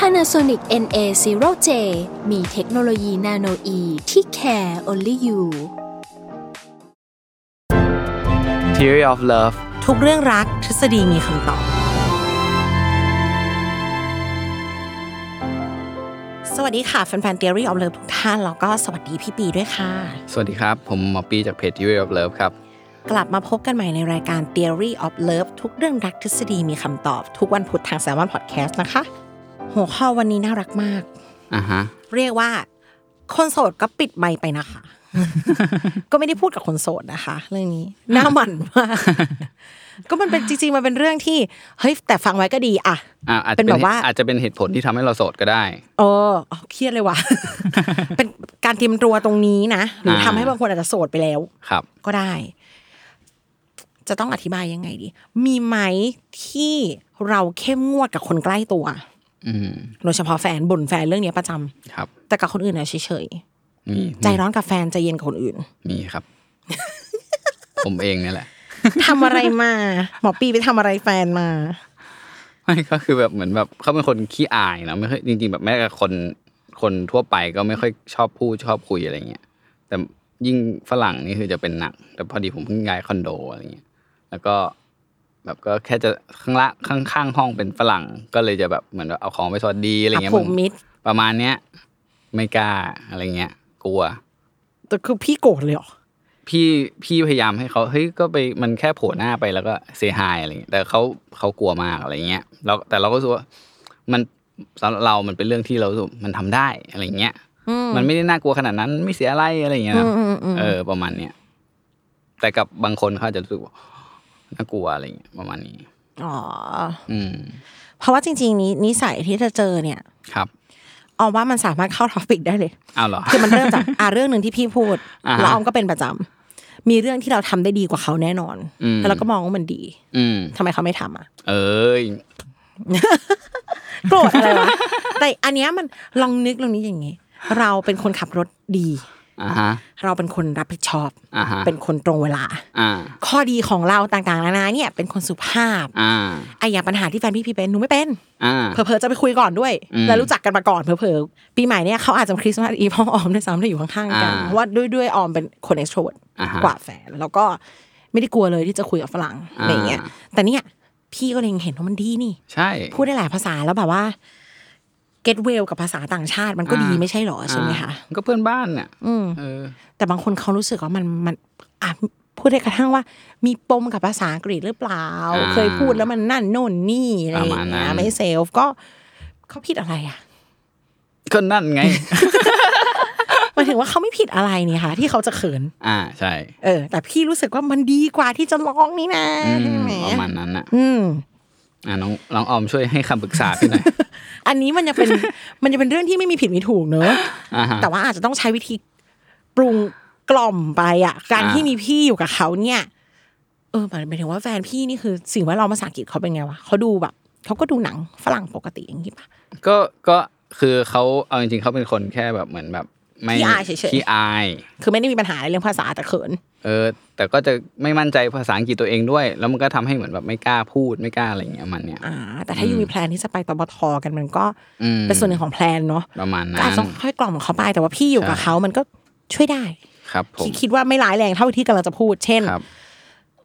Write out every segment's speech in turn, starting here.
Panasonic NA0J มีเทคโนโลยีนาโนอีที่ care only you Theory of Love ทุกเรื่องรักทฤษฎีมีคำตอบ สวัสดีค่ะ แฟนๆ Theory of Love ทุกท่าน แล้วก็สวัสดีพี่ปีด้วยค่ะ สวัสดีครับ ผมหมอปีจากเพจ Theory of Love ครับ กลับมาพบกันใหม่ในรายการ Theory of Love ทุกเรื่องรักทฤษฎีมีคำตอบ ทุกวันพุธทาง s ซ l m o n Podcast นะคะ หัวข้อวันนี้น่ารักมาก อ่าฮะ เรียกว่า คนโสดก็ปิดไมค์ไปนะคะ ก็ไม่ได้พูดกับคนโสดนะคะ เรื่อง นี้หน่าหมันมาก ก็มันเป็นจริงๆมันเป็นเรื่องที่เฮ้ยแต่ฟังไว้ก็ดีอะ อ่าอาจจะ เป็นแบบว่า อาจจะเป็นเหตุผลที่ทำให้เราโสดก็ได้ เออเอาเครียดเลยว่ะ เป็นการเตรียมตัวตรงนี้นะ หรืออา ทำให้บางคนอาจจะโสดไปแล้ว ครับ ก็ได้ จะต้องอธิบายยังไงดี มีไหมที่เราเข้มงวดกับคนใกล้ตัว อืม โดยเฉพาะแฟนบ่นแฟนเรื่องเนี้ยประจำ ครับ แต่กับคนอื่นนะเฉย มี ๆใจร้อนกับแฟนใจเย็นกับคนอื่น มีครับ ผมเองเนี่ยแหละ ทำอะไรมาหมอปีไปทำอะไรแฟนมา ไม่ก็คือแบบเหมือนแบบเขาเป็นคนขี้อายนะไม่ค่อยจริง ๆ แบบแม้กับคนคนทั่วไปก็ไม่ค่อยชอบพูดชอบคุยอะไรเงี้ยแต่ยิ่งฝรั่งนี่คือจะเป็นหนัก แต่พอดีผมเพิ่งย้ายคอนโดอะไรเงี้ยแล้วก็แบบก็แค่จะข้างละข้างข้างห้องเป็นฝรั่ง ก็เลยจะแบบเหมือนแบบเอาของไปสวัสดีอะไรเงี้ย อ่ะผมมิด ประมาณเนี้ยไม่กล้าอะไรเงี้ย กลัว แต่คือพี่โกรธเลยเหรอ พี่พี่พยายามให้เขาเฮ้ยก็ไปมันแค่โผล่หน้าไปแล้วก็เซฮายอะไรเงี้ยแต่เขาเขากลัวมากอะไรเงี้ยแล้วแต่เราก็รู้สึกว่ามันสำหรับเรามันเป็นเรื่องที่เรารู้สึกมันทำได้อะไรเงี้ยมันไม่ได้น่ากลัวขนาดนั้นไม่เสียอะไรอะไรเงี้ยนะเออ ประมาณเนี้ยแต่กับบางคนเขาอาจจะรู้สึกว่าน่ากลัวอะไรเงี้ยประมาณนี้ อ๋อ อืม เพราะว่าจริง ๆ นี้นิสัยที่เธอเจอเนี่ย ครับ ออมว่ามันสามารถเข้าท็อปิกได้เลย อ้าวเหรอ คือมันเริ่ มจาก อ่าเรื่องหนึ่งที่พี่พูด อ่าฮะ แล้วออมก็เป็นประจำมีเรื่องที่เราทำได้ดีกว่าเขาแน่นอน อืม แล้วเราก็มองว่ามันดี อืม ทำไมเขาไม่ทำอ่ะ เอ้ย โกรธอะไร วะ แต่อันเนี้ยมันลองนึกลองนี้อย่างงี้ เราเป็นคนขับรถดี อ่าฮะ เราเป็นคนรับผิดชอบ อ่าฮะ เป็นคนตรงเวลา อ่า ข้อดีของเราต่างๆนานาเนี่ย เป็นคนสุภาพ อ่า ไอ้อย่างปัญหาที่แฟนพี่พี่เป็นหนูไม่เป็น อ่า เผลอๆจะไปคุยก่อนด้วย อืม แล้วรู้จักกันมาก่อนเผลอๆปีใหม่เนี่ยเขาอาจจะคริสต์มาสอีพห้องออมด้วยซ้ำได้อยู่ข้างๆกัอ่านเพราะว่าด้วยด้วยออมเป็นคนเอ็กโทรด อ่าฮะ กว่าแฟนแล้วก็ไม่ได้กลัวเลยที่จะคุยกับฝรั่ง อ่า อะไรอย่างเงี้ยแต่เนี่ย พี่ก็เล็งเห็นว่ามันดีนี่ ใช่ พูดได้หลายภาษาแล้วแบบว่า get well กับภาษาต่างชาติมันก็ดี อ่า ไม่ใช่หรอใช่ไหมคะ อ่าก็เพื่อนบ้านเนี่ย อืม เออ แต่บางคนเขารู้สึกว่ามันมันอ่ะพูดได้กระทั่งว่า มีปมกับภาษาอังกฤษหรือเปล่า อ่า เคยพูดแล้วมันนั่นโน่นนี่อะไรอ ประมาณ ย่าง นั้ เงี้ย น ไม่เซลฟ์ก็เขาผิดอะไรอ่ะ ก็นั่น ไง หมายถึงว่าเขาไม่ผิดอะไรนี่ค่ะ ที่เขาจะเขิน อ่าใช่ เออ แต่พี่รู้สึกว่ามันดีกว่าที่จะร้องนี่นะ อืม ใช่ไหม ประมาณนั้นอ่ะ อืม อ่ะน้องน้องออมช่วย ให้คำปรึกษา พี่หน่อย อันนี้มันจะเป็น มันจะเป็นเรื่องที่ไม่มีผิดมีถูกเนอะ อ่าฮะ แต่ว่าอาจจะต้องใช้วิธีปรุงกล่อมไปอ่ะ การ อ่า ที่มีพี่อยู่กับเขาเนี่ย เออหมายหมายถึงว่าแฟนพี่นี่คือ สิ่งแวดล้อมภาษาอังกฤษเขาเป็นไงวะเขาดูแบบเขาก็ดูหนังฝรั่งปกติอย่างนี้ปะ ก็ก็คือเขาเอาจริงๆเขาเป็นคนแค่แบบเหมือนแบบ ไม่ ขี้อายเฉยๆ ขี้อาย คือไม่ได้มีปัญหาในเรื่องภาษาแต่เขิน เออ แต่ก็จะไม่มั่นใจภาษาอังกฤษตัวเองด้วย แล้วมันก็ทำให้เหมือนแบบไม่กล้าพูดไม่กล้าอะไรอย่างเงี้ยมันเนี่ย อ่า แต่ถ้าอยู่มีแพลนที่จะไปตบทกันมันก็ อืม เป็นส่วนหนึ่งของแพลนเนาะ ประมาณ ก็อา นั้ จ น จะค่อยกล่อมเขาไปแต่ว่าพี่อยู่กับเขามันก็ช่วยได้ ครับผ คิ ม ดคิดว่าไม่ร้ายแรงเท่าที่กำลังจะพูด เช่น ครับ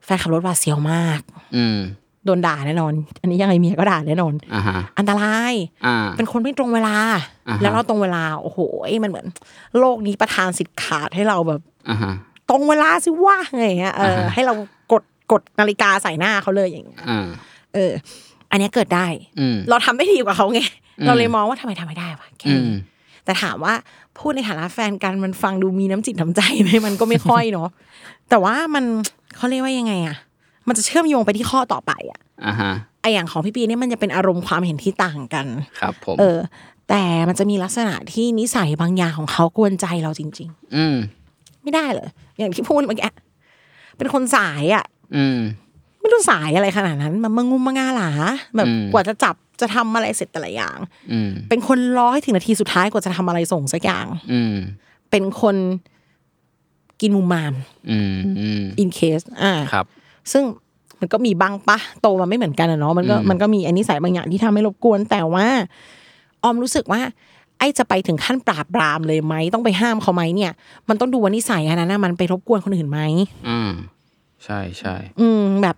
แฟนขับรถหว่าดเสียวมาก อืม โดนด่าแน่นอน อันนี้ยังไงเมียก็ด่าแน่นอน อ่าฮะ อันตราย อ่า เป็นคนไม่ตรงเวลา อ่าฮะ แล้วเราตรงเวลา โอ้โหมันเหมือน โลกนี้ประทานสิทธิ์ขาดให้เราแบบ อ่าฮะ ตรงเวลาสิว่าอะไรอย่างเงี้ยเอออให้เรากดกดนาฬิกาใส่หน้าเขาเลยอย่างเงี้ย อ่า เออ อันเนี้ยเกิดได้ อืม เราทำได้ดีกว่าเขาไง อืม เราเลยมองว่าทำไมทำไม่ได้วะแค่ อื นี้ ม แต่ถามว่าพูดในฐานะแฟนกันมันฟังดูมีน้ำจิตน้ำใจไหมมันก็ไม่ค่อยเนาะ แต่ว่ามันเขาเรียกว่ายังไงอะมันจะเชื่อมโยงไปที่ข้อต่อไปอะ อ่าฮะ ไออย่างของพี่ปีเนี่ยมันจะเป็นอารมณ์ความเห็นที่ต่างกัน ครับผม เออ แ แต่มันจะมีลักษณะที่นิสัยบางอย่างของเขากวนใจเราจริง อืม ๆ ไม่ได้เลย อย่างที่พูดเมื่อกี้เป็นคนสายอ่ะ อืม ไม่รู้สายอะไรขนาดนั้นมันมางุมมางาหลาแบบ อืม กว่าจะจับจะทำอะไรเสร็จแต่ละอย่าง อืม เป็นคนรอให้ถึงนาทีสุดท้ายกว่าจะทำอะไรส่งสักอย่าง อืม เป็นคนกินมุมมาม อืมอืม in case อ่า ครับ ซึ่งมันก็มีบ้างปะโตมาไม่เหมือนกันอะเนาะมันก็ อืม มันก็มีอันนิสัยบางอย่างที่ทำให้รบกวน แต่ว่า ออมรู้สึกว่า ไอ้จะไปถึงขั้นปราบปรามเลยไหมต้องไปห้ามเขาไหมเนี่ย มันต้องดูว่านิสัยอันนั้นนะมันไปรบกวนคนอื่นไหม อืมใช่ใช่ อืมแบบ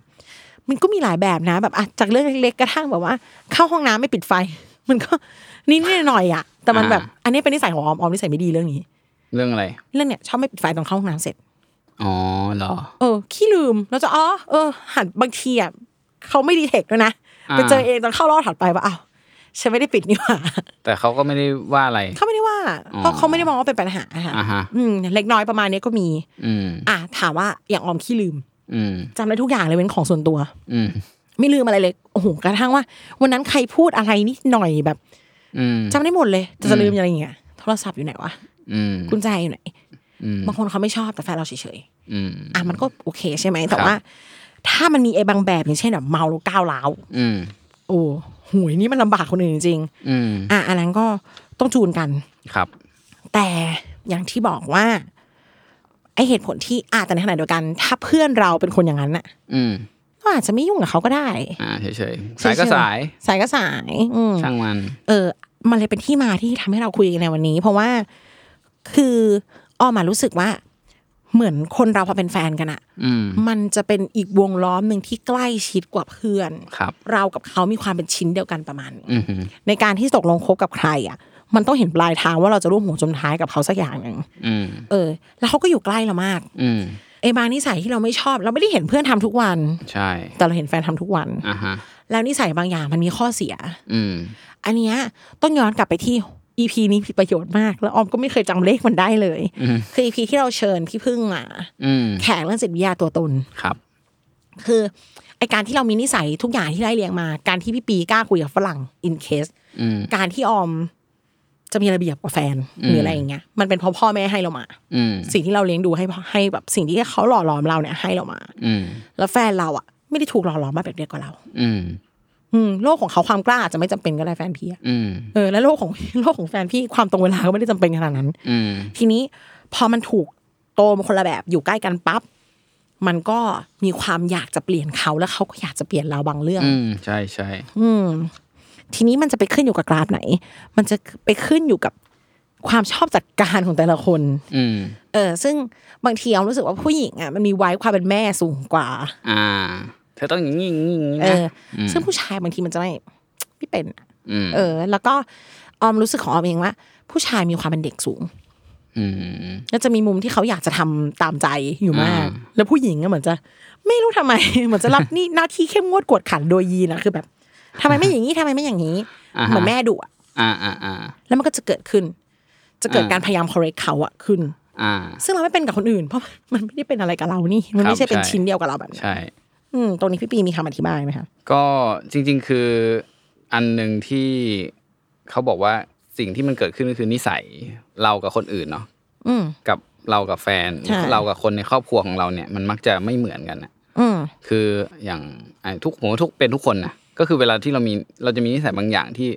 มันก็มีหลายแบบนะ แบบอ่ะจากเรื่องเล็กๆกระทั่งแบบว่า เข้าห้องน้ำไม่ปิดไฟ มันก็นิดๆหน่อยๆอะแต่มันแบบ อันนี้เป็นนิสัยของออมออมนิสัยไม่ดีเรื่องนี้ เรื่องอะไร เรื่องเนี่ยชอบไม่ปิดไฟตอนเข้าห้องน้ำเสร็จ อ๋อเหรอ เออขี้ลืมแล้วจะอ๋อเออ หันบางทีอ่ะเขาไม่ดีเทคด้วยนะ อ่า ไปเจอเองตอนเข้ารอบถัดไปว่าอ้าวฉันไม่ได้ปิดนี่หว่า แต่เขาก็ไม่ได้ว่าอะไร เขาไม่ได้ว่า อ๋อ เพราะเขาไม่ได้มองว่าเป็นปัญหาค่ะ อ่าฮะ อืมเล็กน้อยประมาณเนี้ยก็มี อืม อ่ะถามว่าอย่างออมขี้ลืม อืม จำได้ทุกอย่างเลยเป็นของส่วนตัว อืม ไม่ลืมอะไรเลยโอ้โหกระทั่งว่า วันนั้นใครพูดอะไรนิดหน่อยแบบ อืม จำได้หมดเลยแต่จะลืมอะไรอย่างเงี้ยโทรศัพท์อยู่ไหนวะ อืม กุญแจอยู่ไหน อืม บางคนเขาไม่ชอบแต่แฟนเราเฉยๆ อืม อ่ะมันก็โอเคใช่ไหมแต่ ครับ ว่า ถ้ามันมีไอ้บางแบบอย่างเช่นแบบเมาแล้วก้าวร้าว อืม โอ้โหยนี่มันลำบากคนอื่นจริง อืม ๆอ่ะอันนั้นก็ต้องจูนกัน ครับ แต่อย่างที่บอกว่าไอเหตุผลที่อ่ะแต่ในขณะเดียวกัน ถ้าเพื่อนเราเป็นคนอย่างนั้นน่ะ อืม ก็อาจจะไม่ยุ่งกับเขาก็ได้ อ่าเฉยๆสายก็สาย สายก็สายอืม ช่างมัน เออ มันเลยเป็นที่มาที่ทำให้เราคุยกันในวันนี้ เพราะว่าคือออมมารู้สึกว่า เหมือนคนเราพอเป็นแฟนกันอะ อืม มันจะเป็นอีกวงล้อมหนึ่งที่ใกล้ชิดกว่าเพื่อน ครับ เรากับเขามีความเป็นชิ้นเดียวกันประมาณหนึ่ง อืมฮึ ในการที่ตกลงคบกับใครอ่ะ มันต้องเห็นปลายทางว่าเราจะร่วมหัวจมท้ายกับเขาสักอย่างหนึ่ง อืม เออ แล้วเขาก็อยู่ใกล้เรามาก อืม ไอ้บางนิสัยที่เราไม่ชอบ เราไม่ได้เห็นเพื่อนทำทุกวัน ใช่ แต่เราเห็นแฟนทำทุกวัน อ่าฮะ แล้วนิสัยบางอย่างมันมีข้อเสีย อืม อันเนี้ยต้องย้อนกลับไปที่ EP นี้มีประโยชน์มาก แล้วออมก็ไม่เคยจำเลขมันได้เลย อืม คือ EP ที่เราเชิญพี่พึ่งมา อืม แขกเรื่องจิตวิทยาตัวตน ครับ คือไอการที่เรามีนิสัยทุกอย่างที่ไล่เรียงมา การที่พี่ปีกล้าคุยกับฝรั่ง in case อืม การที่ออมจะมีระเบียบกับแฟนหรืออะไรอย่างเงี้ยมันเป็นเพราะพ่อแม่ให้เรามา อืม สิ่งที่เราเลี้ยงดูให้ให้แบบสิ่งที่เขาหล่อหลอมเราเนี่ยให้เรามา อืม แล้วแฟนเราอ่ะไม่ได้ถูกหล่อหลอมมาแบบเดียวกับเรา อืม อืมโลกของเขาความกล้าอาจจะไม่จำเป็นก็ได้แฟนพี่อะ อืม เออและโลกของ โลกของแฟนพี่ความตรงเวลาก็ไม่ได้จำเป็นขนาดนั้น อืม ทีนี้พอมันถูกโตมาคนละแบบอยู่ใกล้กันปั๊บมันก็มีความอยากจะเปลี่ยนเขาแล้วเขาก็อยากจะเปลี่ยนเราบางเรื่อง อืม ใช่ใช่ อืมทีนี้มันจะไปขึ้นอยู่กับกราฟไหน มันจะไปขึ้นอยู่กับความชอบจัดการของแต่ละคน อืม เออ ซึ่งบางทีเรารู้สึกว่าผู้หญิงอ่ะมันมีไว้ความเป็นแม่สูงกว่า อ่า เธอต้องอย่างนี้อย่างนี้อย่างนี้ เอ นะ อ อืม ซึ่งผู้ชายบางทีมันจะไม่ไม่เป็นอะ อืม เออ แล้วก็ออมรู้สึกของออมเองว่า ผู้ชายมีความเป็นเด็กสูง อืม แล้วจะมีมุมที่เขาอยากจะทำตามใจอยู่มาก อ่า แล้วผู้หญิงก็เหมือนจะ ไม่รู้ทำไม เหมือนจะรับนี่หน้าที่เข้มงวดกวดขันโดยยีนะคือแบบทำไมไม่อย่างนี้ทำไมไม่อย่างนี้ าฮะ เหมือนแม่ดุอะ อ่าอ่าอ่า แล้วมันก็จะเกิดขึ้น จะเกิด อ่า การพยายาม correct เขาอะขึ้น อ่า ซึ่งเราไม่เป็นกับคนอื่น เพราะ มันไม่ได้เป็นอะไรกับเรานี่ มันไม่คใช่รับ เป็น ใช่ ชิ้นเดียวกับเราแบบนั้น ใช่ อืมตรงนี้พี่ปีมีคำอธิบายไหมคะ ก็จริง ๆ คืออันหนึ่งที่เขาบอกว่าสิ่งที่มันเกิดขึ้นก็คือนิสัยเรากับคนอื่นเนาะ อืม กับเรากับแฟน ใช่ เรากับคนในครอบครัวของเราเนี่ย มันมักจะไม่เหมือนกันนะ อืม คืออย่างอ่ะทุกผมว่าทุกเป็นทุกคนนะก็คือเวลาที่เรามีเราจะมีนิสัยบางอย่างที่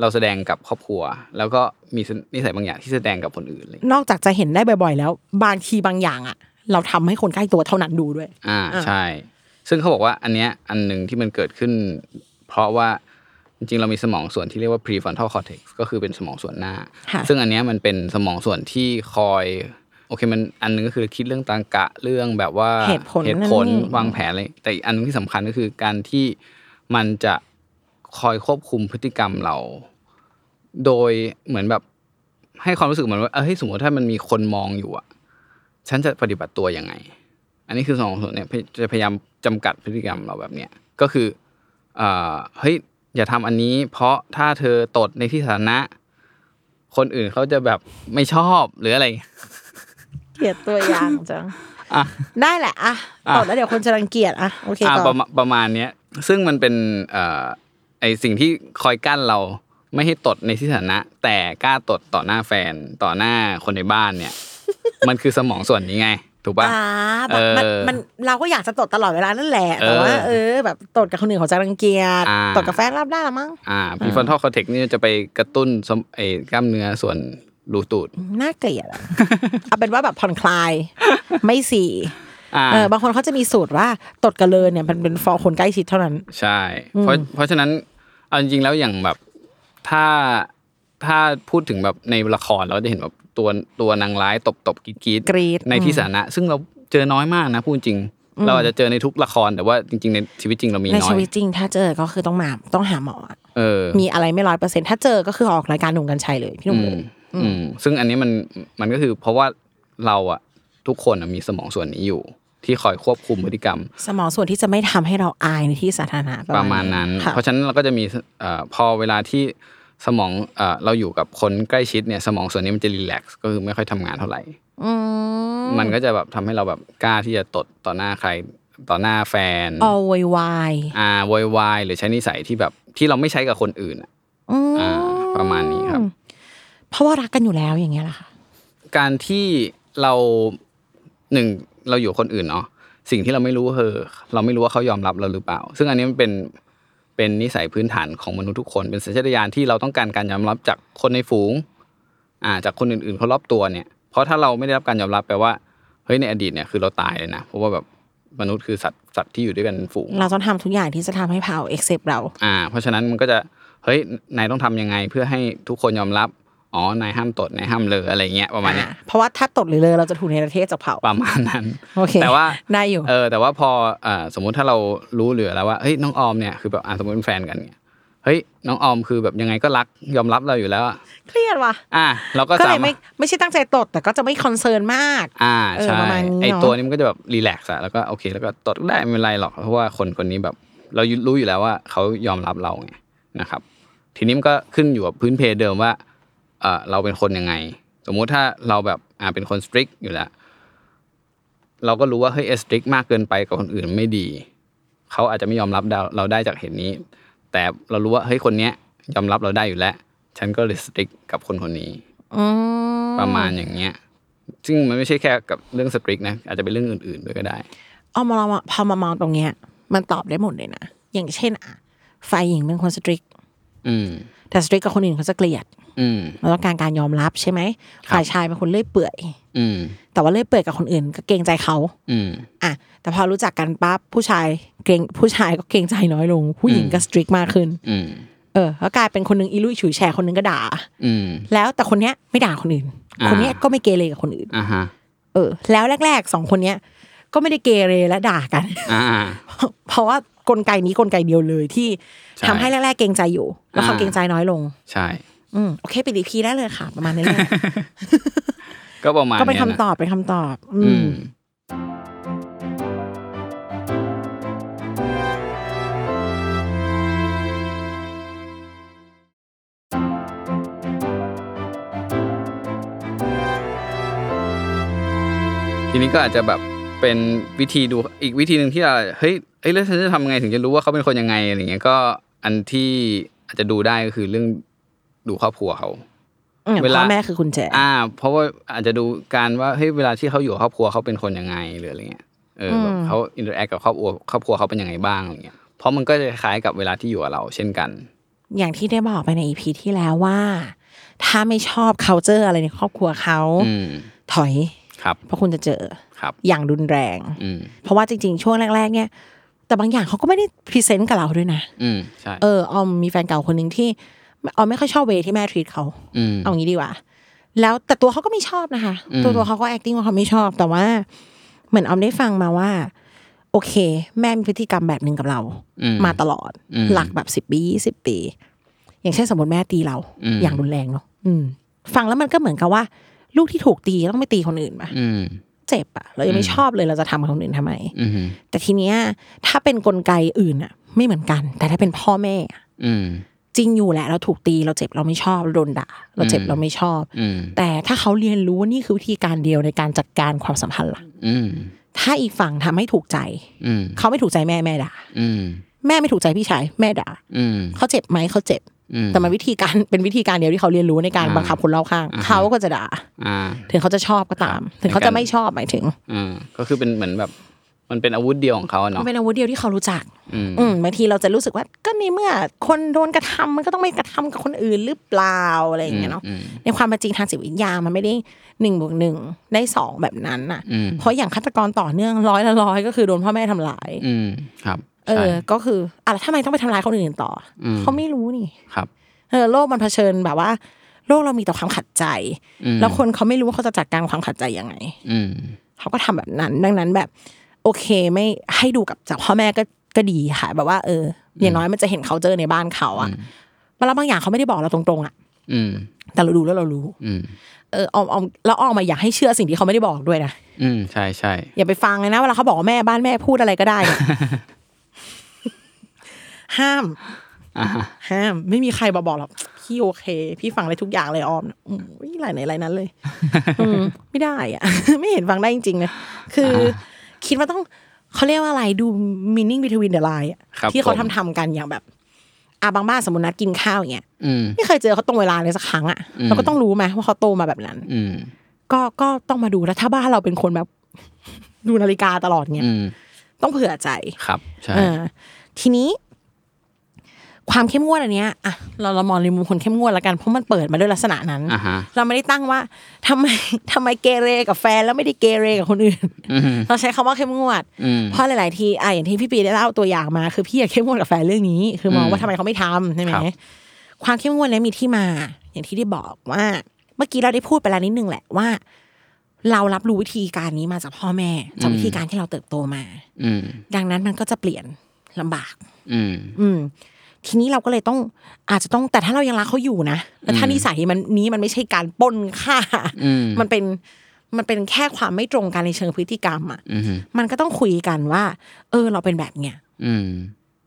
เราแสดงกับครอบครัว แล้วก็มีนิสัยบางอย่างที่แสดงกับคนอื่นอะไรอย่างเลย นอกจากจะเห็นได้บ่อยๆ แล้ว บางทีบางอย่างอะเราทำให้คนใกล้ตัวเท่านั้นดูด้วย อ่า อ่า ใช่ ซึ่งเขาบอกว่าอันเนี้ยอันหนึ่งที่มันเกิดขึ้น เพราะว่าจริงๆเรามีสมองส่วนที่เรียกว่า prefrontal cortex ก็คือเป็นสมองส่วนหน้า ค่ะ ซึ่งอันเนี้ยมันเป็นสมองส่วนที่คอยโอเคมันอันหนึงก็คือคิดเรื่องตังกะเรื่องแบบว่า เหตุผล เหตุผล นั่นนี่ วางแผนอะไรแต่อีกอันหนึงที่สำคัญก็คือการที่มันจะคอยควบคุมพฤติกรรมเรา โดยเหมือนแบบให้ความรู้สึกเหมือนว่าเอ้ยสมมติถ้ามันมีคนมองอยู่อะฉันจะปฏิบัติตัวยังไง อันนี้คือสมองส่วนเนี่ยพยจะพยายามจำกัดพฤติกรรมเราแบบเนี้ยก็คือเอ่อเฮ้ยอย่าทำอันนี้ เพราะถ้าเธอตดในที่สาธารณะ คนอื่นเขาจะแบบไม่ชอบหรืออะไร เกลียดตัวอย่างจัง อ่ะ ได้แหละอะ อ่ะ ตอบแล้วเดี๋ยวคนจะรังเกียจอะโอเค อ่า ต่ปอระมาณประมาณเนี้ยซึ่งมันเป็นเอ่อไอสิ่งที่คอยกั้นเรา ไม่ให้ตดในที่สาธารณะ แต่กล้าตดต่อหน้าแฟนต่อหน้าคนในบ้านเนี่ย มันคือสมองส่วนนี้ไง ถูกปะ อ่าแบบมัน เออ มันเราก็อยากจะตดตลอดเวลานั่นแหละเอแต่อ ว่าเออ แบบตดกับคนอื่นเขาจะรังเกียจ อ่า ตดกับแฟนรับได้ละมั้ง อ่าพีฟอนทัลคอเทกนี่จะไปกระตุ้นสมไอ้กล้ามเนื้อส่วนรูตูด น่าเกลียดอะ เอาเป็นว่าแบบผ่อนคลาย ไม่สี่ อ่า เออบางคนเขาจะมีสูตรว่าตดกับเลินเนี่ยมันเป็นฟอร์คนใกล้ชิดเท่านั้น ใช่ เพราะเพราะฉะนั้นเอาจริงๆแล้วอย่างแบบถ้าถ้าพูดถึงแบบในละครเราก็จะเห็นแบบตัวตัวนางร้ายตบตบกรีดรี กรี๊ด ในที่สาธารณะซึ่งเราเจอน้อยมากนะพูดจริง เราอาจจะเจอในทุกละครแต่ว่าจริง ๆ ในชีวิตจริงเรามี ใน น้อ ชี ย วิตจริงถ้าเจอก็คือต้องมาต้องหาหมออะ เออ มีอะไรไม่ร้อยเปอร์เซ็นต์ถ้าเจอก็คือออกรายการหนุ่มกันชัยเลยพี่หนุ่ อื มเล ม ย อืมซึ่งอันนี้มันมันก็คือเพราะว่าเราอะทุกคนอะมีสมองส่วนนี้อยู่ ที่คอยควบคุมพฤติกรรม สมองส่วนที่จะไม่ทำให้เราอายในที่สาธารณะ ประมาณนั้น ค่ะ เพราะฉะนั้นเราก็จะมีเอ่อพอเวลาที่สมองเอ่อเราอยู่กับคนใกล้ชิดเนี่ยสมองส่วนนี้มันจะรีแลกซ์ก็คือไม่ค่อยทำงานเท่าไหร่ อืม มันก็จะแบบทำให้เราแบบกล้าที่จะตดต่อหน้าใครต่อหน้าแฟน ออวยวาย อ่าโวยวายหรือใช้นิสัยที่แบบที่เราไม่ใช้กับคนอื่นอะ อืม อ่าประมาณนี้ครับ เพราะว่ารักกันอยู่แล้วอย่างเงี้ยเหรอคะ การที่เราหนึ่งเราอยู่กับคนอื่นเนาะสิ่งที่เราไม่รู้คือเราไม่รู้ว่าเขายอมรับเราหรือเปล่า ซึ่งอันนี้มันเป็นเป็นนิสัยพื้นฐานของมนุษย์ทุกคน เป็นสัญชาตญาณที่เราต้องการการยอมรับจากคนในฝูง อ่าจากคนอื่นๆเขารอบตัวเนี่ย เพราะถ้าเราไม่ได้รับการยอมรับแปลว่าเฮ้ยในอดีตเนี่ยคือเราตายเลยนะเพราะว่าแบบมนุษย์คือสัตว์สัตว์ที่อยู่ด้วยกันเป็นฝูง เราต้องทำทุกอย่างที่จะทำให้เผาเอ็กเซปเรา อ่าเพราะฉะนั้นมันก็จะเฮ้ยนายต้องทำยังไงเพื่อให้ทุกคนยอมรับอ๋อนายห้ามตดนายห้ามเลออะไรเงี้ยประมาณเนี้ย เพราะว่าถ้าตดหรือเลยเราจะถูกในประเทศจากเผา ประมาณนั้น โอเค แต่ว่า ได้อยู่ เออแต่ว่าพออ่าสมมุติถ้าเรารู้เหลือแล้วว่าเฮ้ยน้องออมเนี่ยคือแบบอ่าสมมติเป็นแฟนกันเนี่ยเฮ้ยน้องออมคือแบบยังไงก็รักยอมรับเราอยู่แล้วอะ เครียดว่ะ อ่ะเราก็ ก็เล สาย มา ไม่ รถ ไม่ใช่ตั้งใจตดแต่ก็จะไม่คอนเซิร์นมาก อ่า เออ ใช่ ประมาณนี้เนอะ ไอตัวนี้มันก็จะแบบรีแลกซ์อะแล้วก็โอเคแล้วก็ตดก็ได้ไม่เป็นไรหรอกเพราะว่าคนคนนี้แบบ เรารู้อยู่แล้วว่าเขายอมรับเราไงนะครับ ทีนี้มันก็ขึ้นอยู่กับพื้นเพเดิมว่าเออเราเป็นคนยังไง สมมุติถ้าเราแบบอ่าเป็นคนสตริกอยู่แล้ว เราก็รู้ว่าเฮ้ยสตริกมากเกินไปกับคนอื่นไม่ดี เขาอาจจะไม่ยอมรับเราเราได้จากเหตุนี้ แต่เรารู้ว่าเฮ้ยคนเนี้ยยอมรับเราได้อยู่แล้ว ฉันก็เลยสตริกกับคนคนนี้ประมาณอย่างเงี้ย ซึ่งมันไม่ใช่แค่กับเรื่องสตริกนะอาจจะเป็นเรื่องอื่นๆด้วยก็ได้ เอามาลองมาพอมามองตรงเนี้ย มันตอบได้หมดเลยนะ อย่างเช่นอ่ะฝ่ายหญิงเป็นคนสตริก อืม แต่สตริกกับคนอื่นเขาจะเกลียด อืม เราต้องการการยอมรับใช่ไหมฝ่ายชายเป็นคนเลื่อยเปื่อย อืม แต่ว่าเลื่อยเปื่อยกับคนอื่นก็เกรงใจเขา อืม อ่ะแต่พอรู้จักกันปั๊บผู้ชายเกรงผู้ชายก็เกรงใจน้อยลง ผู้หญิงก็สตริกมากขึ้น อืม เออก็กลายเป็นคนหนึงอีลุยฉุยแฉคนหนึงก็ด่า อืม แล้วแต่คนเนี้ยไม่ด่าคนอื่น อ่า คนเนี้ยก็ไม่เกเรกับคนอื่น อ่าฮะ เออ แล้วแรกๆสองคนเนี้ย ก็ไม่ได้เกเรและด่ากัน อ่า เพราะว่ากลไกนี้กลไกเดียวเลยที่ ใช่ ทำให้แรกๆเกรงใจอยู่ แล้วเขา อ่า เกรงใจน้อยลง ใช่ อืมโอเคปิดอีพีได้เลยค่ะ ประมาณนี้แหละ ก็ ประมาณ ก็เป็น ย คำ นะ ตอบเป็นคำตอบ อื อื ม ม ทีนี้ก็อาจจะแบบเป็นวิธีดูอีกวิธีหนึ่งที่เราเฮ้ยเฮ้ยแล้วฉันจะทำไงถึงจะรู้ว่าเขาเป็นคนยังไงอะไรเงี้ยก็อันที่อาจจะดูได้ก็คือเรื่องดูครอบครัวเขา เวลา พ่อแม่คือคุณแจ อ่า เพราะว่าอาจจะดูการว่าเฮ้ยเวลาที่เขาอยู่กับครอบครัวเขาเป็นคนยังไงหรืออะไรเงี้ยเออแบบ อืม เขาอินเตอร์แอคกับครอบครัวครอบครัวเขาเป็นยังไงบ้างอะไรเงี้ยเพราะมันก็จะคล้ายกับเวลาที่อยู่กับเรา เช่นกัน อย่างที่ได้บอกไปในอีพีที่แล้วว่า ถ้าไม่ชอบ c u เจอร์อะไรในครอบครัวเขา อืม ถอย ครับ เพราะคุณจะเจอ ครับ อย่างรุนแรง อืม เพราะว่าจริง ๆ ช่วงแรก ๆ เนี่ย แต่บางอย่างเขาก็ไม่ได้พรีเซนต์กับเราด้วยนะ อืมใช่ เออออมมีแฟนเก่าคนหนึ่งที่ออมไม่ค่อยชอบเวที่แม่ทรีตเขา อืม เอางี้ดีกว่า แล้วแต่ตัวเขาก็ไม่ชอบนะคะ อืม ตัวตัวเขาก็ acting ว่าเขาไม่ชอบ แต่ว่า เหมือนออมได้ฟังมาว่า โอเค แม่มีพฤติกรรมแบบหนึ่งกับเรา อื มาตลอด อืม หลักแบบสิบ10 ปียี่สิบปี อย่างเช่นสมมติแม่ตีเรา อืม อย่างรุนแรงเนาะอืม ฟังแล้วมันก็เหมือนกับว่า ลูกที่ถูกตีต้องไปตีคนอื่นปะ อืม เจ็บอะเรายังไม่ อืม ชอบเลยเราจะทำกับคนอื่นทำไม อืม แต่ทีเนี้ยถ้าเป็นกลไกอื่นอะไม่เหมือนกัน แต่ถ้าเป็นพ่อแม่อะ อืม จริงอยู่แหละเราถูกตีเราเจ็บเราไม่ชอบเราโดนด่าเราเจ็บ อืม เราไม่ชอบ อืม แต่ถ้าเขาเรียนรู้ว่านี่คือวิธีการเดียวในการจัดการความสัมพันธ์ล่ะ อืม ถ้าอีกฝั่งทำไม่ถูกใจ อืม เขาไม่ถูกใจแม่แม่ด่า อืม แม่ไม่ถูกใจพี่ชายแม่ด่า อืม เขาเจ็บไหมเขาเจ็บ อืม แต่มันวิธีการเป็นวิธีการเดียวที่เขาเรียนรู้ในการ อ่า บังคับคนรอบข้าง อ่าฮะ เขาก็จะด่า อ่า ถึงเขาจะชอบก็ตาม ถึงเขาจะไม่ชอบหมายถึง อ่าก็คือเป็นเหมือนแบบ มันเป็นอาวุธเดียวของเขาอะ มัน เนาะ เป็นอาวุธเดียวที่เขารู้จัก อืม อืมบางทีเราจะรู้สึกว่าก็ในเมื่อคนโดนกระทำมันก็ต้องไม่กระทำกับคนอื่นหรือเปล่าอะไรอย่างเงี้ยเนาะ อืมอืม ในความเป็นจริงทางจิตวิทยามันไม่ได้หนึ่งบวกหนึ่งได้สองแบบนั้นน่ะ อืม เพราะอย่างฆาตกรต่อเนื่องร้อยละร้อยก็คือโดนพ่อแม่ทำร้าย อืมครับ เอ ใช่ อ ก็คืออ่ะแล้วทำไมต้องไปทำร้ายคนอื่นต่ออ ม เขาไม่รู้นี่ ครับ เออโลกมันเผชิญแบบว่า โลกเรามีแต่ความขัดใจ อืม แล้วคนเขาไม่รู้ว่าเขาจะจัดการความขัดใจยังไง อืม เขาก็ทำแบบนั้น ดังนั้นแบบ โอเคไม่ให้ดูกับจากพ่อแม่ก็ก็ดีค่ะ แบบว่าเอออย่างน้อยมันจะเห็นเขาเจอในบ้านเขาอะแล้วบางอย่างเขาไม่ได้บอกเราตรงๆอะ อืม แต่เราดูแล้วเรารู้ อืม เออออมออมแล้วออมมาอยากให้เชื่อสิ่งที่เขาไม่ได้บอกด้วยนะ อืม ใช่ใช่ อย่าไปฟังเลยนะเวลาเขาบอกว่าแม่บ้านแม่พูดอะไรก็ได้ เนี่ย ห้าม อ่าฮะ ห้าม ไม่มีใครมาบอกหรอกพี่โอเค พี่ฟังอะไรทุกอย่างเลยออมอุ้ยหลายไหนหลาย นั้นเลย อืมไม่ได้อะ ไม่เห็นฟังได้จริงๆเลยคืออคิดว่าต้องเขาเรียกว่าอะไรดู meaning between the line อะ ครับ ที่ผเขาม ทำทำกันอย่างแบบอาบางบ้านสมมตินัดกินข้าวอย่างเงี้ย อืม ไม่เคยเจอเขาตรงเวลาเลยสักครั้งอะ อืม เราก็ต้องรู้ไหมว่าเขาโตมาแบบนั้น อืม ก็ก็ต้องมาดูแล้วถ้าบ้านเราเป็นคนแบบ ดูนาฬิกาตลอดเงี้ย อืม ต้องเผื่อใจ ครับ ใช่ เออทีนี้ ความเข้มงวดอันเนี้ยอ่ะเราเรามองในมุมคนเข้มงวดละกันเพราะมันเปิดมาด้วยลักษณะนั้น อ่าฮะ เราไม่ได้ตั้งว่าทำไมทำไมเกเรกับแฟนแล้วไม่ได้เกเรกับคนอื่น อืม เราใช้คำว่าเข้มงวด อืม เพราะหลาย ๆ ทีอ่ะอย่างที่พี่ปีได้เล่าตัวอย่างมาคือพี่อยากเข้มงวดกับแฟนเรื่องนี้ คือมอง อืม ว่าทำไมเขาไม่ทำใช่ไหม ครับ ความเข้มงวดเนี้ยมีที่มา อย่างที่ได้บอกว่า เมื่อกี้เราได้พูดไปแล้วนิดนึงแหละว่า เรารับรู้วิธีการนี้มาจากพ่อแม่จากวิธีการที่เราเติบโตมา อืม ดังนั้นมันก็จะเปลี่ยนลำบาก อืม อืม ทีนี้เราก็เลยต้องอาจจะต้องแต่ถ้าเรายังรักเขาอยู่นะแล้วถ้านิสัยมันนี้มันไม่ใช่การปล้นฆ่า อืม มันเป็นมันเป็นแค่ความไม่ตรงกันในเชิงพฤติกรรมอ่ะ อืม มันก็ต้องคุยกันว่า เออ เราเป็นแบบเนี้ย อืม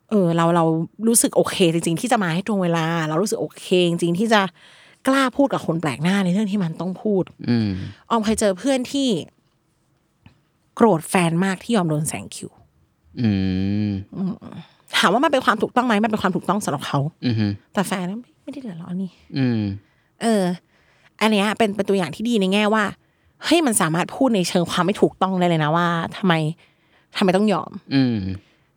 เออ เราเรารู้สึกโอเค จริง ๆ ที่จะมาให้ตรงเวลา เรารู้สึกโอเคจริงๆที่จะกล้าพูดกับคนแปลกหน้าในเรื่องที่มันต้องพูด อืม ออมเคยเจอเพื่อนที่ โกรธแฟนมากที่ยอมโดนแสงคิว อืม ถามว่ามันเป็นความถูกต้องไหมมันเป็นความถูกต้องสำหรับเขา อืม แต่แฟนน่ะไม่ไม่ได้เดือดร้อนนี่ อืม เออ อันเนี้ยเป็นเป็นตัวอย่างที่ดีในแง่ว่า เฮ้ยมันสามารถพูดในเชิงความไม่ถูกต้องได้เลยนะว่าทำไมทำไมต้องยอม อืม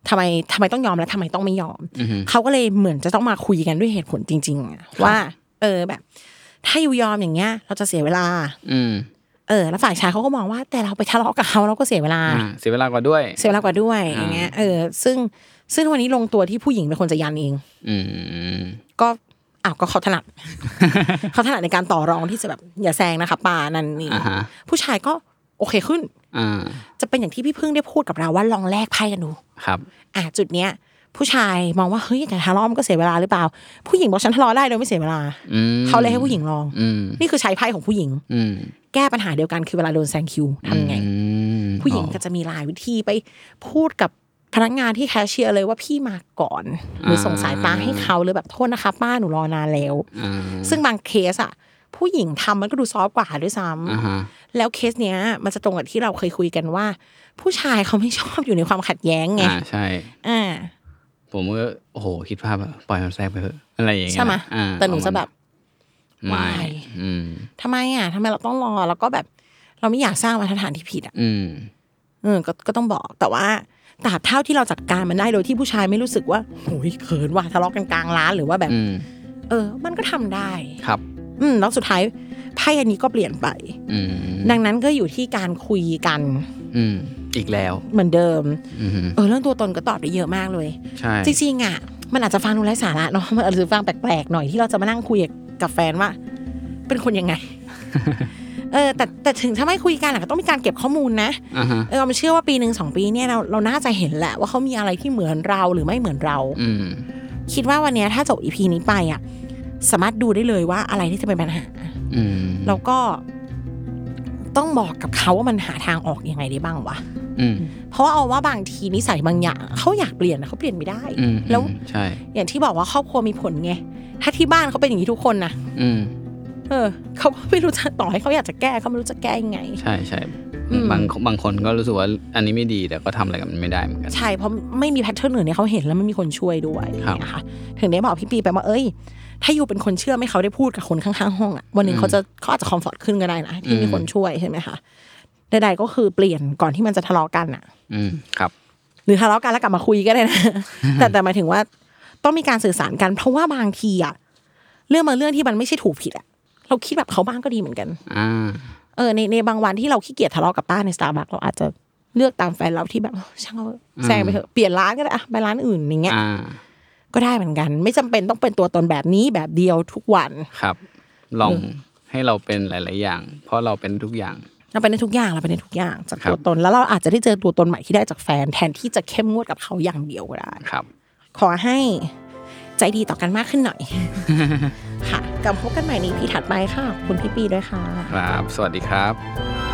ทำไมทำไมต้องยอมและทำไมต้องไม่ยอม อืม เขาก็เลยเหมือนจะต้องมาคุยกันด้วยเหตุผลจริงๆอะว่า เออแบบ ถ้าอยู่ยอมอย่างเงี้ย เราจะเสียเวลา อืม เออ แล้วฝ่ายชายเขาก็มองว่าแต่เราไปทะเลาะกับเขาเราก็เสียเวลา อ่า เสียเวลากว่าด้วย เสียเวลากว่าด้วยอย่างเงี้ยเออ ซึ่งซึ่งวันนี้ลงตัวที่ผู้หญิงเป็นคนจะยันเอง อืม ก็อ้าวก็เขาถนัด เขาถนัดในการต่อรองที่จะแบบอย่าแซงนะคะป่านั่นนี่ อ่าฮะ ผู้ชายก็โอเคขึ้น อ่า จะเป็นอย่างที่พี่พึ่งได้พูดกับเราว่าลองแลกไพ่กันดู ครับ อ่ะจุดเนี้ย ผู้ชายมองว่าเฮ้ยแต่ทะเลาะมันก็เสียเวลาหรือเปล่า ผู้หญิงบอกฉันทะเลาะได้โดยไม่เสียเวลา อืม เขาเลยให้ผู้หญิงลอง อืม นี่คือใช้ไพ่ของผู้หญิง อืม แก้ปัญหาเดียวกันคือเวลาโดนแซงคิวทำไง อืม ผู้หญิง อ๋อ ก็จะมีหลายวิธีไปพูดกับพนักงานที่แคชเชียร์เลยว่าพี่มาก่อน หรือส่งสายตาให้เขาหรือแบบโทษนะคะป้าหนูรอนานแล้ว อ่า ซึ่งบางเคสอะผู้หญิงทำมันก็ดูซอฟต์กว่าด้วยซ้ำ อ่าฮะ แล้วเคสเนี้ย มันจะตรงกับที่เราเคยคุยกันว่า ผู้ชายเขาไม่ชอบอยู่ในความขัดแย้งไง อ่าใช่ อ่า ผมก็โอ้โหคิดภาพแบบปล่อยมันแทรกไปเถอะอะไรอย่างเงี้ย ใช่ไหม อ่า แต่หนูจะแบบ ไม่ why อืม ทำไมอะทำไมเราต้องรอแล้วก็แบบ เราไม่อยากสร้างมาตรฐานที่ผิดอะ อืม เออก็ก็ต้องบอกแต่ว่าตราบเท่าที่เราจัดการมันได้โดยที่ผู้ชายไม่รู้สึกว่าโอ้ยเขินว่ะทะเลาะกันกลางร้านหรือว่าแบบ อืม เออ มันก็ทำได้ ครับ อืมแล้วสุดท้ายไพ่อันนี้ก็เปลี่ยนไป อืม ดังนั้นก็อยู่ที่การคุยกัน อืม อีกแล้ว เหมือนเดิม อืม เออเรื่องตัวตนก็ตอบได้เยอะมากเลย ใช่ จริงๆอ่ะ มันอาจจะฟังดูไร้สาระเนาะ มันอาจจะฟังแปลกๆหน่อยที่เราจะมานั่งคุยกับแฟนว่า เป็นคน ยังไง เออ แต่แต่ถึงถ้าไม่คุยกันอะก็ต้องมีการเก็บข้อมูลนะ อ่าฮะ เออเราเชื่อว่าปีหนึ่งสองปีเนี่ยเราเราน่าจะเห็นแหละว่าเขามีอะไรที่เหมือนเราหรือไม่เหมือนเรา อืม คิดว่าวันเนี้ยถ้าจบอีพีนี้ไปอ่ะ สามารถดูได้เลยว่าอะไรที่จะเป็นปัญหา อืม แล้วก็ ต้องบอกกับเขาว่ามันหาทางออกยังไงได้บ้างวะ อืม เพราะว่าเอาว่าบางทีนิสัยบางอย่างเขาอยากเปลี่ยนนะเขาเปลี่ยนไม่ได้ อืม แล้ว ใช่ อย่างที่บอกว่าครอบครัวมีผลไง ถ้าที่บ้านเขาเป็นอย่างนี้ทุกคนนะ อืม เออเขาก็ไม่รู้จะต่อให้เขาอยากจะแก้เขาไม่รู้จะแก้ยังไง ใช่ใช่ อืม บางบางคนก็รู้สึกว่าอันนี้ไม่ดีแต่ก็ทำอะไรกับมันไม่ได้เหมือนกัน ใช่ เพราะไม่มีแพทเทิร์นอื่นเนี่ยเขาเห็นแล้วไม่มีคนช่วยด้วย ครับ นะคะ ถึงได้บอกพี่ปีไปว่าเอ้ย ถ้าอยู่เป็นคนเชื่อไม่เขาได้พูดกับคนข้างๆห้องอะวันหนึ่งเขาจะเขาอาจจะคอมฟอร์ตขึ้นก็ได้นะที่มีคนช่วยใช่ไหมคะใดๆก็คือเปลี่ยนก่อนที่มันจะทะเลาะกันอะ อืมครับ หรือทะเลาะกันแล้วกลับมาคุยก็ได้นะ แต่แต่หมายถึงว่าต้องมีการสื่อสารกัน เพราะว่าบางทีอะเรื่องบางเรื่องที่มันไม่ใช่ถูกผิดอะเราคิดแบบเขาบ้างก็ดีเหมือนกัน อ่า เออในในบางวันที่เราขี้เกียจทะเลาะกับป้าในสตาร์บัคเราอาจจะเลือกตามแฟนเราที่แบบช่างเอาแซงไปเถอะเปลี่ยนร้านก็ได้อะไปร้านอื่นอย่างเงี้ย อ่า ก็ได้เหมือนกัน ไม่จำเป็นต้องเป็นตัวตนแบบนี้แบบเดียวทุกวัน ครับ ลองให้เราเป็นหลาย ๆ อย่าง เพราะเราเป็นทุกอย่าง เราเป็นในทุกอย่างเราเป็นในทุกอย่างจาก ครับ ตัวตนแล้วเราอาจจะได้เจอตัวตนใหม่ที่ได้จากแฟน แทนที่จะเข้มงวดกับเขาอย่างเดียวก็ได้ ครับ ขอให้ใจดีต่อกันมากขึ้นหน่อย ค่ะกลับพบกันใหม่ในพี่ถัดไปค่ะขอบคุณพี่ปีด้วยค่ะ ครับ สวัสดีครับ